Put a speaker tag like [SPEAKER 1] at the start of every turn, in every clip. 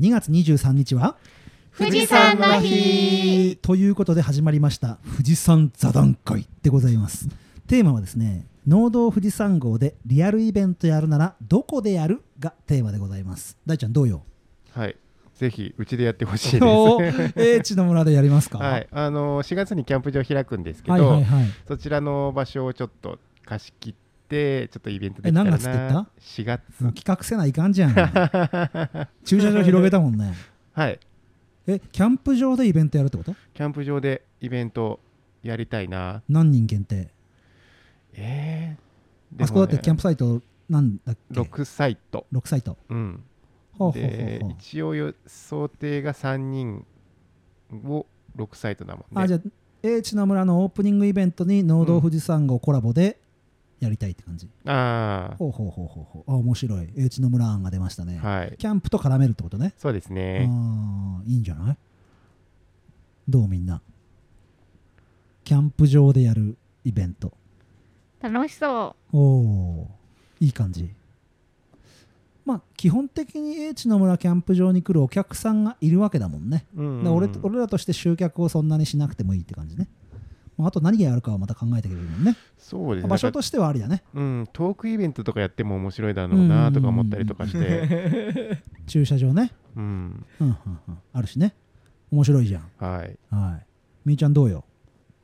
[SPEAKER 1] 2月23日は
[SPEAKER 2] 富士山の日
[SPEAKER 1] ということで始まりました富士山座談会でございますテーマはですね農道富士山号でリアルイベントやるならどこでやるがテーマでございます大ちゃんどうよ
[SPEAKER 3] はい、ぜひうちでやってほしいです。
[SPEAKER 1] お ー英知の村でやりますか
[SPEAKER 3] はい、あのー4月にキャンプ場開くんですけど、
[SPEAKER 1] はいはいはい
[SPEAKER 3] そちらの場所をちょっと貸し切って、ちょっとイベントでき
[SPEAKER 1] え
[SPEAKER 3] たら
[SPEAKER 1] 何
[SPEAKER 3] な。
[SPEAKER 1] 月って言った
[SPEAKER 3] 4月。
[SPEAKER 1] もう企画せないかんじゃん 駐車場広げたもんね
[SPEAKER 3] はい、
[SPEAKER 1] えキャンプ場でイベントやるってこと
[SPEAKER 3] キャンプ場でイベントやりたいな。
[SPEAKER 1] 何人限定、
[SPEAKER 3] えー、
[SPEAKER 1] あそこだってキャン
[SPEAKER 3] プ
[SPEAKER 1] プサイトなんだっけ
[SPEAKER 3] 6サイト。
[SPEAKER 1] 6サイト
[SPEAKER 3] うん。
[SPEAKER 1] ほうほうほう
[SPEAKER 3] で
[SPEAKER 1] ほう
[SPEAKER 3] 一応よ想定が3人を6サイトだもんね。
[SPEAKER 1] あじゃあ英知の村のオープニングイベントに農道富士山号コラボでやりたいって感じ、
[SPEAKER 3] あ
[SPEAKER 1] ほうほうほうほうほうあ面白い英知の村案が出ましたね、
[SPEAKER 3] あ、はい。
[SPEAKER 1] キャンプと絡めるってことね
[SPEAKER 3] そうです
[SPEAKER 1] あ
[SPEAKER 3] ね。
[SPEAKER 1] あいいんじゃないどうみんなキャンプ場でやるイベント
[SPEAKER 2] 楽しそ
[SPEAKER 1] おおいい感じまあ基本的に英知の村キャンプ場に来るお客さんがいるわけだもんね、
[SPEAKER 3] うんうんう
[SPEAKER 1] だ
[SPEAKER 3] ん
[SPEAKER 1] から俺と俺らとして集客をそんなにしなくてもいいって感じね、まあ、あと何がやるかはまた考えてくれるもんね
[SPEAKER 3] そうですね。
[SPEAKER 1] 場所としてはありだね
[SPEAKER 3] うん、トークイベントとかやっても面白いだろうなとか思ったりとかして、
[SPEAKER 1] 駐車場ね、
[SPEAKER 3] うん、
[SPEAKER 1] うんうんうん、あるしね面白いじゃん
[SPEAKER 3] はい。
[SPEAKER 1] はいみーちゃんどうよ
[SPEAKER 2] う。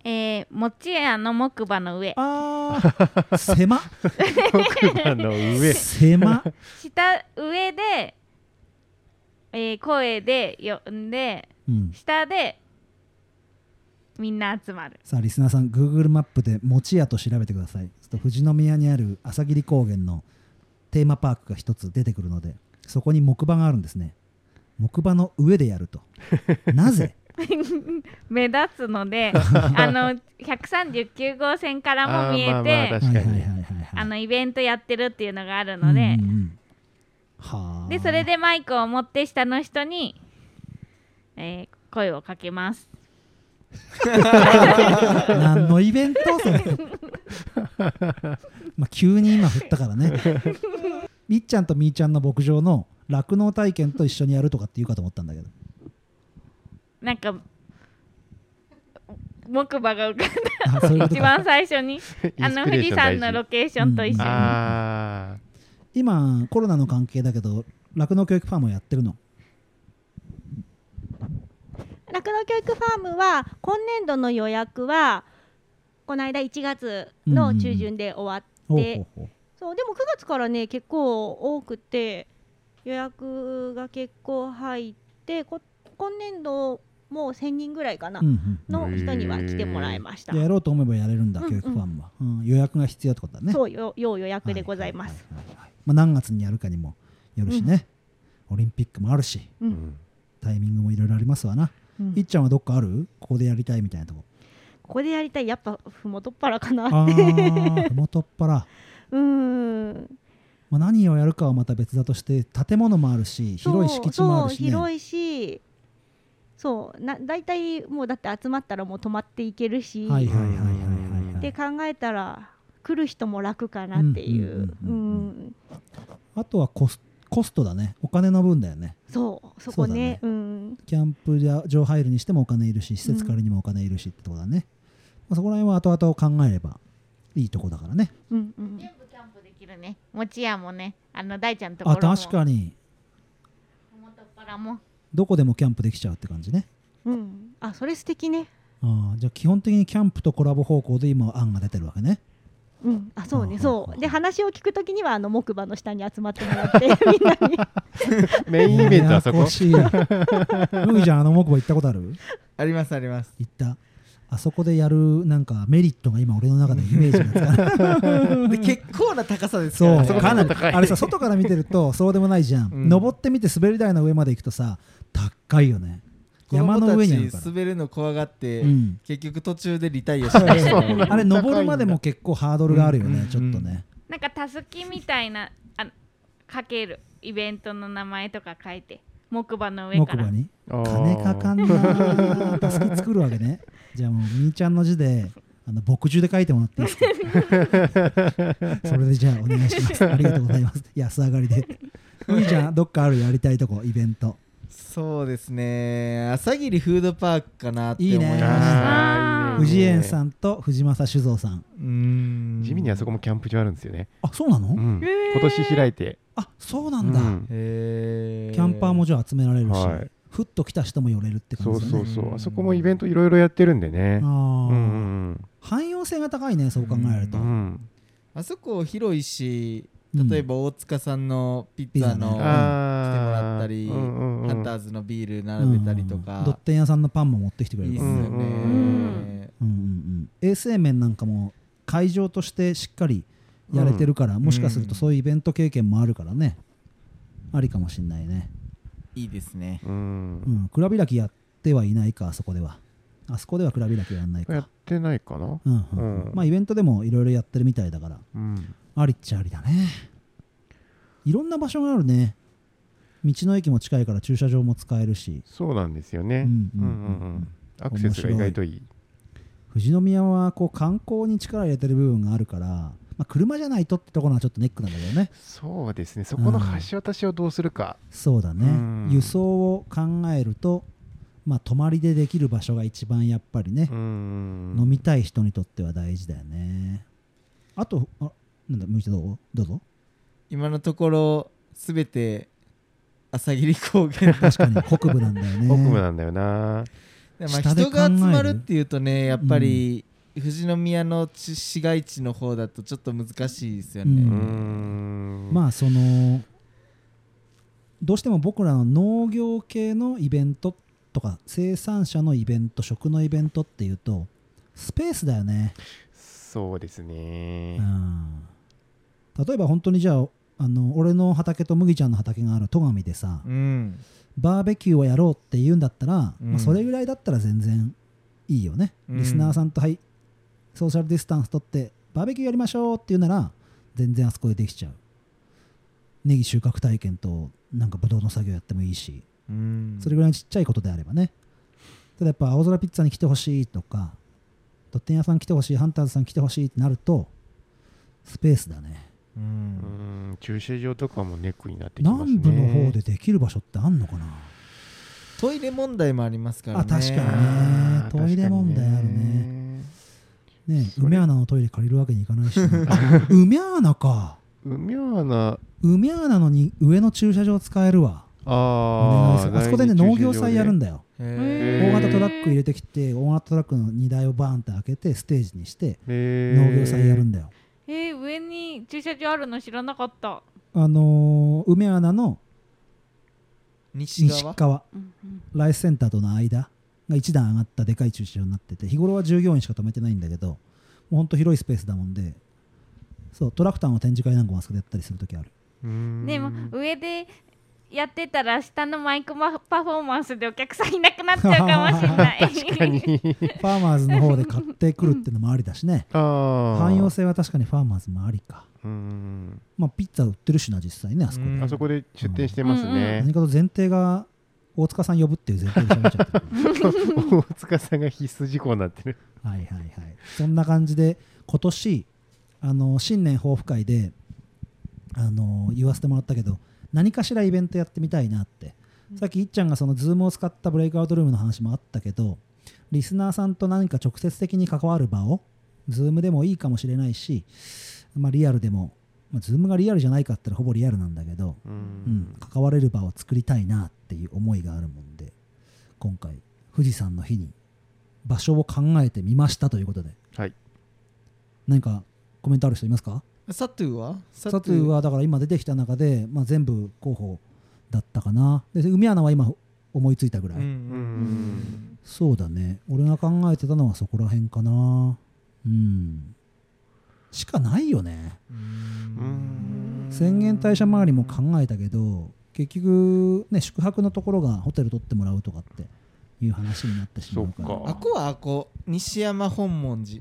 [SPEAKER 2] えー、餅屋の木馬の上。
[SPEAKER 1] あー狭
[SPEAKER 3] 特番 の 上、
[SPEAKER 1] 狭
[SPEAKER 2] 下、上で、えー、声で呼んで、
[SPEAKER 1] うん
[SPEAKER 2] 下で、みんな集まる。
[SPEAKER 1] さあリスナーさん Google マップで餅屋と調べてくださいちょっと富士宮にある朝霧高原のテーマパークが一つ出てくるのでそこに木馬があるんですね木馬の上でやるとなぜ
[SPEAKER 2] 目立つの で、あの、139号線からも見
[SPEAKER 3] あーま
[SPEAKER 2] え
[SPEAKER 3] あま
[SPEAKER 2] て、
[SPEAKER 3] あ 確かに
[SPEAKER 1] はいはいはいはいはい
[SPEAKER 2] あの、イベントやってるっていうのがあるの
[SPEAKER 1] う
[SPEAKER 2] で
[SPEAKER 1] ん、うんうんはあ
[SPEAKER 2] で、それでマイクを持って下の人に、えー、声をかけます。
[SPEAKER 1] 何のイベントそ れまあ急に今振ったからねみっちゃんとみーちゃんの牧場の酪農体験と一緒にやるとかって言うかと思ったんだけど
[SPEAKER 2] なんか木馬が浮かん
[SPEAKER 1] あそういう
[SPEAKER 2] だ
[SPEAKER 1] こと
[SPEAKER 2] 一
[SPEAKER 1] か
[SPEAKER 2] 番最初にあの富士山のロ
[SPEAKER 3] ケ
[SPEAKER 2] ケーションと一緒に、
[SPEAKER 3] あ
[SPEAKER 1] 今コロナの関係だけど酪農教育ファームをやってるの
[SPEAKER 4] 酪農教育ファームは今年度の予約はこの間1月の中旬で終わ
[SPEAKER 1] ほ
[SPEAKER 4] って、
[SPEAKER 1] う
[SPEAKER 4] で
[SPEAKER 1] ほうほう
[SPEAKER 4] そうでも9月からね結構多くて予約が結構入ってこ今年度もう1000人ぐらいかな、
[SPEAKER 1] うんうん
[SPEAKER 4] の人には来てもらいました
[SPEAKER 1] で、やろうと思えばやれるんだ、
[SPEAKER 4] うんうん
[SPEAKER 1] 教育ファームは、うん予約が必要ってことだね。、
[SPEAKER 4] そううよ要予約でございます、。
[SPEAKER 1] まあ、何月にやるかにもよるしね、オリンピックもあるし、
[SPEAKER 3] ー、
[SPEAKER 4] う
[SPEAKER 1] タイミングもいろいろありますわな。
[SPEAKER 4] うん
[SPEAKER 1] いっちゃんはどっかあるここでやりたいみたいなとこ。
[SPEAKER 4] ここでやりたいやっぱふもとっぱらか
[SPEAKER 1] あ
[SPEAKER 4] な
[SPEAKER 1] あー、ふもとっぱら。
[SPEAKER 4] うーん
[SPEAKER 1] まあ、何をやるかはまた別だとして、建物もあるし、広い敷地もあるし、ね。
[SPEAKER 4] そうそう広いしそうな大体もうだって集まったらもう泊まっていけるし、
[SPEAKER 1] はいはいはいはいはい、は
[SPEAKER 4] で
[SPEAKER 1] い。
[SPEAKER 4] 考えたら来る人も楽かなってい
[SPEAKER 1] う
[SPEAKER 4] ううんん
[SPEAKER 1] うんうんうんあとはコスコストだね。お金の分だよね。
[SPEAKER 4] そうそこね
[SPEAKER 1] そう
[SPEAKER 4] うん
[SPEAKER 1] キャンプ場入るにしてもお金いるし施設借りにもお金いるしってとこだね、まあ、そこら辺は後々考えればいいとこだからね
[SPEAKER 4] うんうん
[SPEAKER 2] 全部キャンプできるね餅屋もねあの大ちゃんとこ
[SPEAKER 1] あ
[SPEAKER 2] ろも
[SPEAKER 1] 確かに
[SPEAKER 2] 元っ腹も
[SPEAKER 1] どこでもキャンプできちゃうって感じね
[SPEAKER 4] うんあそれ素敵ね
[SPEAKER 1] ああじゃあ基本的にキャンプとコラボ方向で今案が出てるわけね
[SPEAKER 4] うんあそう
[SPEAKER 1] あ
[SPEAKER 4] ね
[SPEAKER 1] あ
[SPEAKER 4] そ
[SPEAKER 1] あ
[SPEAKER 4] うで話を聞くときにはあの木馬の下に集まってもらってみんなに
[SPEAKER 3] メインイベントはそ
[SPEAKER 1] やや
[SPEAKER 3] こ
[SPEAKER 1] こ。しいむぎちゃんあの木馬行ったことある
[SPEAKER 5] ありますあります。
[SPEAKER 1] 行ったあそこでやるなんかメリットが今俺の中でイメージがつかない
[SPEAKER 5] で結構な高さですか
[SPEAKER 1] そう
[SPEAKER 5] らね。
[SPEAKER 1] かなりあれさ外から見てるとそうでもないじゃん、
[SPEAKER 5] うん
[SPEAKER 1] 登ってみて滑り台の上まで行くとさ高いよね山
[SPEAKER 5] 山
[SPEAKER 1] の
[SPEAKER 5] の
[SPEAKER 1] 上
[SPEAKER 5] 上
[SPEAKER 1] にあ
[SPEAKER 5] に
[SPEAKER 1] るから
[SPEAKER 5] 滑るの怖がって、
[SPEAKER 1] うん
[SPEAKER 5] 結局途中でリタイアしたりしてね
[SPEAKER 1] あれ登るまでも結構ハードルがあるよ
[SPEAKER 5] うんうん
[SPEAKER 1] ね
[SPEAKER 5] うん
[SPEAKER 1] ちょっとね
[SPEAKER 2] なんかたすきみたいなあかけるイベントの名前とか書いて木馬の上
[SPEAKER 1] 木
[SPEAKER 2] から
[SPEAKER 1] 馬に
[SPEAKER 3] あー
[SPEAKER 1] 金かかんなー たすき作るわけねじゃあもうみーちゃんの字であの墨汁で書いてもらっていいで すかそれでじゃあお願いしますありがとうございます安上がりでういちゃんどっかあるやりたいとこイベント
[SPEAKER 5] そうですね朝霧フードパークかなって思いま
[SPEAKER 1] いい
[SPEAKER 5] し
[SPEAKER 1] ね
[SPEAKER 5] た
[SPEAKER 3] あー
[SPEAKER 2] うん
[SPEAKER 1] 藤園さ
[SPEAKER 3] ん。
[SPEAKER 1] んと藤正酒造さん
[SPEAKER 5] うーん
[SPEAKER 3] 地味にあそこもキャンプ場あるんですよね。
[SPEAKER 1] あそうなの、
[SPEAKER 3] うん
[SPEAKER 2] へー
[SPEAKER 3] 今年開いて。
[SPEAKER 1] あそうなんだ、
[SPEAKER 3] うん
[SPEAKER 5] へー
[SPEAKER 1] キャンパーもじゃあ集められるし、
[SPEAKER 3] はい
[SPEAKER 1] ふっと来た人も寄れるって
[SPEAKER 3] そ
[SPEAKER 1] 感
[SPEAKER 3] う
[SPEAKER 1] じですね
[SPEAKER 3] そうそうう。
[SPEAKER 5] ん
[SPEAKER 3] あそこもイベントいろいろやってるんでね
[SPEAKER 1] あ。ー
[SPEAKER 3] うんうん
[SPEAKER 1] 汎用性が高いねそう考える
[SPEAKER 3] う
[SPEAKER 1] と、
[SPEAKER 3] ん。
[SPEAKER 5] あそこ広いし
[SPEAKER 1] うん
[SPEAKER 5] 例えば大塚さんのピッツァ
[SPEAKER 1] ピ
[SPEAKER 5] の
[SPEAKER 1] ザね
[SPEAKER 5] 来てもらったりハ
[SPEAKER 3] ハ
[SPEAKER 5] ンターズのビール並べたりと
[SPEAKER 1] うんドッ
[SPEAKER 5] か
[SPEAKER 1] テン屋さんのパンも持ってきてくれ
[SPEAKER 5] いい
[SPEAKER 1] る
[SPEAKER 5] っ
[SPEAKER 1] か
[SPEAKER 5] す
[SPEAKER 1] ら
[SPEAKER 5] よ
[SPEAKER 1] ね、うんう
[SPEAKER 5] ね
[SPEAKER 1] んうん衛生面なんかも会場としてしっかりやれてるから、もしかするとそういうイベント経験もあるからね、ありかもしんないね
[SPEAKER 5] いいですね
[SPEAKER 3] うん
[SPEAKER 1] う。ん蔵開きやってはいないかあそこではあそこでは蔵開きはやんないか、
[SPEAKER 3] やってないかな。
[SPEAKER 1] うんうん
[SPEAKER 3] うん
[SPEAKER 1] まあイベントでもいろいろやってるみたいだから
[SPEAKER 3] うん。
[SPEAKER 1] ありっちゃありだねいろんな場所があるね道の駅も近いから駐車場も使えるし
[SPEAKER 3] そうなんですよ
[SPEAKER 1] うん
[SPEAKER 3] ね。う
[SPEAKER 1] うんん
[SPEAKER 3] う
[SPEAKER 1] うんん
[SPEAKER 3] うん。アクセスが意外といい。
[SPEAKER 1] 富士宮はこう観光に力入れてる部分があるから、まあ、車じゃないとってところはちょっとネックなんだけどね
[SPEAKER 3] そうですね。そこの橋渡しをどうするか。
[SPEAKER 1] そうだね、
[SPEAKER 3] うん
[SPEAKER 1] 輸送を考えると、まあ、泊まりでできる場所が一番やっぱりね
[SPEAKER 3] う、ん。
[SPEAKER 1] 飲みたい人にとっては大事だよねあとあなんだむいてどうどうぞ
[SPEAKER 5] 今のところすべて朝霧高 原
[SPEAKER 1] 確か に北部なんだよね
[SPEAKER 3] 北部なんだよな。
[SPEAKER 5] まあ
[SPEAKER 1] 下で
[SPEAKER 5] 人
[SPEAKER 1] 考え
[SPEAKER 5] が
[SPEAKER 1] る
[SPEAKER 5] 集まるっていうとねやっぱり富士宮の地市街地の方だとちょっと難しいですよ
[SPEAKER 1] う
[SPEAKER 3] う
[SPEAKER 5] ね
[SPEAKER 3] ん。
[SPEAKER 1] まあそのどうしても僕らの農業系のイベントとか生産者のイベント食のイベントっていうとスペースだよね、
[SPEAKER 3] そうですね
[SPEAKER 1] う。ん、例えば本当にじゃああの俺の畑と麦ちゃんの畑がある戸上でさ、
[SPEAKER 5] うん
[SPEAKER 1] バーベキューをやろうって言うんだったら、
[SPEAKER 5] うん
[SPEAKER 1] まあ、それぐらいだったら全然いいよね、
[SPEAKER 5] うん
[SPEAKER 1] リスナーさんとはいソーシャルディスタンス取ってバーベキューやりましょうっていうなら全然あそこでできちゃうネギ収穫体験となんかブドウの作業やってもいいし
[SPEAKER 5] うん
[SPEAKER 1] それぐらいのちっちゃいことであればねただやっぱ青空ピッツァに来てほしいとかドッテン屋さん来てほしいハンターズさん来てほしいってなるとスペースだね
[SPEAKER 5] う
[SPEAKER 3] うんん。駐車場とかもネックになってきますね。
[SPEAKER 1] 南部の方でできる場所ってあんのかな
[SPEAKER 5] トイレ問題もありますからね
[SPEAKER 1] あ確かにね
[SPEAKER 3] あー
[SPEAKER 1] トイレ問題あるね。ね
[SPEAKER 3] それ
[SPEAKER 1] 梅穴のトイレ借りるわけにいかないしなあ梅穴か
[SPEAKER 3] 確かにねうみょうな。
[SPEAKER 1] 梅穴のに上の駐車場使えるわお願い
[SPEAKER 3] あ
[SPEAKER 1] する
[SPEAKER 3] あ。
[SPEAKER 1] あそこでね農業祭やるん
[SPEAKER 3] だ。
[SPEAKER 1] だよ
[SPEAKER 5] へ
[SPEAKER 1] 大
[SPEAKER 3] へー
[SPEAKER 1] 型トラック入れてきて大型トラックの荷台をバーンって開けてステージにして農
[SPEAKER 3] 農
[SPEAKER 1] 業祭やるんだよ
[SPEAKER 2] えー、上に駐車場あるの知らなかった。
[SPEAKER 1] あのー梅穴の
[SPEAKER 5] 西
[SPEAKER 1] 西
[SPEAKER 5] 側
[SPEAKER 1] 側
[SPEAKER 2] うんうん
[SPEAKER 1] ライスセンターとの間が一段上がったでかい駐車場になってて日頃は従業員しか止めてないんだけどもうほんと広いスペースだもんでそうトラクターの展示会なんかもあそこでやったりするときある
[SPEAKER 2] でも上でやってたら下のマイクパパフォーマンスでお客さんいなくなっちゃうかもしれない
[SPEAKER 3] 確かに。
[SPEAKER 1] ファーマーズの方で買ってくるっていうのもありだしね
[SPEAKER 3] ああ。
[SPEAKER 1] 汎用性は確かにファーマーズもありか
[SPEAKER 3] うん。
[SPEAKER 1] まあピッツァ売ってるしな実際ねあそこで、
[SPEAKER 5] うん
[SPEAKER 3] あそこで出店してますね
[SPEAKER 1] 何。かと前提が大塚さん呼ぶっていう前提で喋っちゃってる
[SPEAKER 3] 大塚さんが必須事項になってる。
[SPEAKER 1] はいはいはいそんな感じで今年あの新年抱負会であの言わせてもらったけど何かしらイベントやってみたいなって、さっきいっちゃんがそのズームを使ったブレイクアウトルームの話もあったけどリスナーさんと何か直接的に関わる場をズームでもいいかもしれないし、まあ、リアルでも、まあ、ズームがリアルじゃないかって言ったらほぼリアルなんだけど、
[SPEAKER 3] う
[SPEAKER 1] うん。、関われる場を作りたいなっていう思いがあるもんで今回富士山の日に場所を考えてみましたということで
[SPEAKER 3] はい。
[SPEAKER 1] 何かコメントある人いますか
[SPEAKER 5] サトゥーは
[SPEAKER 1] サトゥーはだから今出てきた中で、まあ、全部候補だったかなで海穴は今思いついたぐらい、
[SPEAKER 5] うん
[SPEAKER 3] うん
[SPEAKER 1] そうだね俺が考えてたのはそこら辺かなうんしかないよね
[SPEAKER 3] うん
[SPEAKER 1] 宣言代謝周りも考えたけど結局ね宿泊のところがホテル取ってもらうとかっていう話になってしまうから
[SPEAKER 3] そっか
[SPEAKER 5] あこはあこ西山本門寺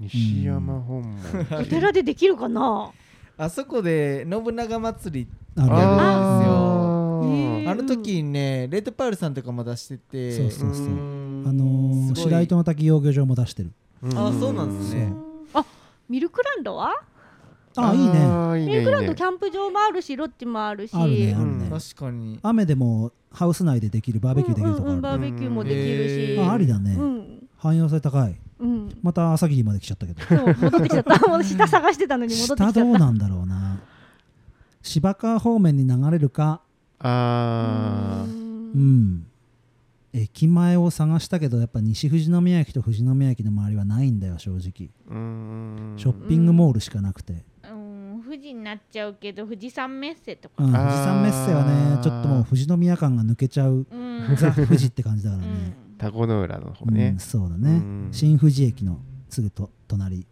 [SPEAKER 3] 西山本門
[SPEAKER 4] お寺でできるかな
[SPEAKER 5] あそこで信長祭り
[SPEAKER 1] あるある
[SPEAKER 3] あ
[SPEAKER 4] へ
[SPEAKER 3] ー
[SPEAKER 4] ー
[SPEAKER 5] あの時にねレッドパールさんとかも出してて
[SPEAKER 1] そうそうそう
[SPEAKER 3] うん
[SPEAKER 1] あのー
[SPEAKER 5] すごい
[SPEAKER 1] 白糸の滝養魚場も出してる
[SPEAKER 5] あそうなんですね
[SPEAKER 4] あミルクランドは
[SPEAKER 1] ああいいね
[SPEAKER 3] あーいいね。
[SPEAKER 4] ミルクランドキャンプ場もあるしロッジもあるし
[SPEAKER 1] あるね
[SPEAKER 3] う
[SPEAKER 1] ある
[SPEAKER 3] ん
[SPEAKER 1] ね、ね
[SPEAKER 5] 確かに
[SPEAKER 1] 雨でもハウス内でできるバーベキューできると
[SPEAKER 4] うんうんうん、
[SPEAKER 1] こあ
[SPEAKER 4] バー
[SPEAKER 1] る、
[SPEAKER 4] ベキューもできるし、
[SPEAKER 5] うんうん
[SPEAKER 1] あありだね、
[SPEAKER 4] うん
[SPEAKER 1] 汎用性高い
[SPEAKER 4] うん
[SPEAKER 1] また朝霧まで来ちゃったけど
[SPEAKER 4] そう戻ってきちゃった もう下探してたのに戻ってきちゃ
[SPEAKER 1] 下
[SPEAKER 4] っ
[SPEAKER 1] ど
[SPEAKER 4] た
[SPEAKER 1] うなんだろうな芝川方面に流れるか
[SPEAKER 3] あ
[SPEAKER 4] う
[SPEAKER 3] ー
[SPEAKER 4] ん
[SPEAKER 1] うん駅前を探したけどやっぱ西富士宮駅と富士宮駅の周りはないんだよ正直
[SPEAKER 3] うーん
[SPEAKER 1] ショッピングモールしかなくて、
[SPEAKER 2] うん富士になっちゃうけど富士山メッセとか
[SPEAKER 1] うん、富士
[SPEAKER 3] あー
[SPEAKER 1] 山メッセはねちょっともう富士宮感が抜けちゃう
[SPEAKER 2] うん、
[SPEAKER 1] ザ・富士って感じだから
[SPEAKER 2] う
[SPEAKER 1] ね、
[SPEAKER 2] ん
[SPEAKER 3] タコの浦の方
[SPEAKER 1] う
[SPEAKER 3] ね
[SPEAKER 1] ん、そうだね、
[SPEAKER 3] うん
[SPEAKER 1] 新富士駅のすぐと隣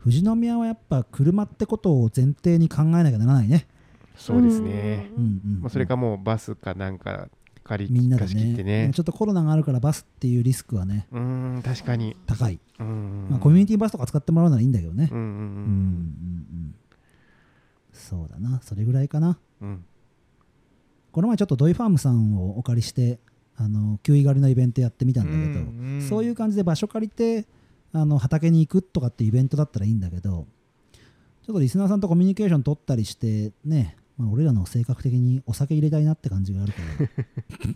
[SPEAKER 1] 富士宮はやっぱ車ってことを前提に考えなきゃならないね、
[SPEAKER 3] そうですね、
[SPEAKER 1] うんうん
[SPEAKER 3] まあ、それかもうバスかなんか借
[SPEAKER 1] みん
[SPEAKER 3] り
[SPEAKER 1] なで
[SPEAKER 3] 貸し切って
[SPEAKER 1] ね
[SPEAKER 3] ね
[SPEAKER 1] ちょっとコロナがあるからバスっていうリスクはね
[SPEAKER 3] うーん確かに
[SPEAKER 1] 高い、
[SPEAKER 3] うーん
[SPEAKER 1] まあ、コミュニティバスとか使ってもらうならいいんだけどね
[SPEAKER 3] うんう
[SPEAKER 1] うんうん
[SPEAKER 3] ん
[SPEAKER 1] うんそうだなそれぐらいかな
[SPEAKER 3] うんうん
[SPEAKER 1] この前ちょっとドイファームさんをお借りしてあのキウイ狩りのイベントやってみたんだけど、
[SPEAKER 5] うんうん
[SPEAKER 1] そういう感じで場所借りてあの畑に行くとかってイベントだったらいいんだけどちょっとリスナーさんとコミュニケーション取ったりしてね、まあ、俺らの性格的にお酒入れたいなって感じがあるから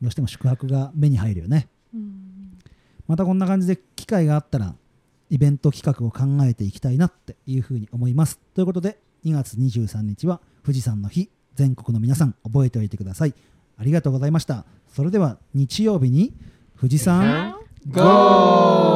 [SPEAKER 1] どうしても宿泊が目に入るよね
[SPEAKER 4] うん
[SPEAKER 1] またこんな感じで機会があったらイベント企画を考えていきたいなっていうふうに思いますということで2月23日は富士山の日全国の皆さん覚えておいてくださいありがとうございましたそれでは日曜日に富士山
[SPEAKER 5] ゴー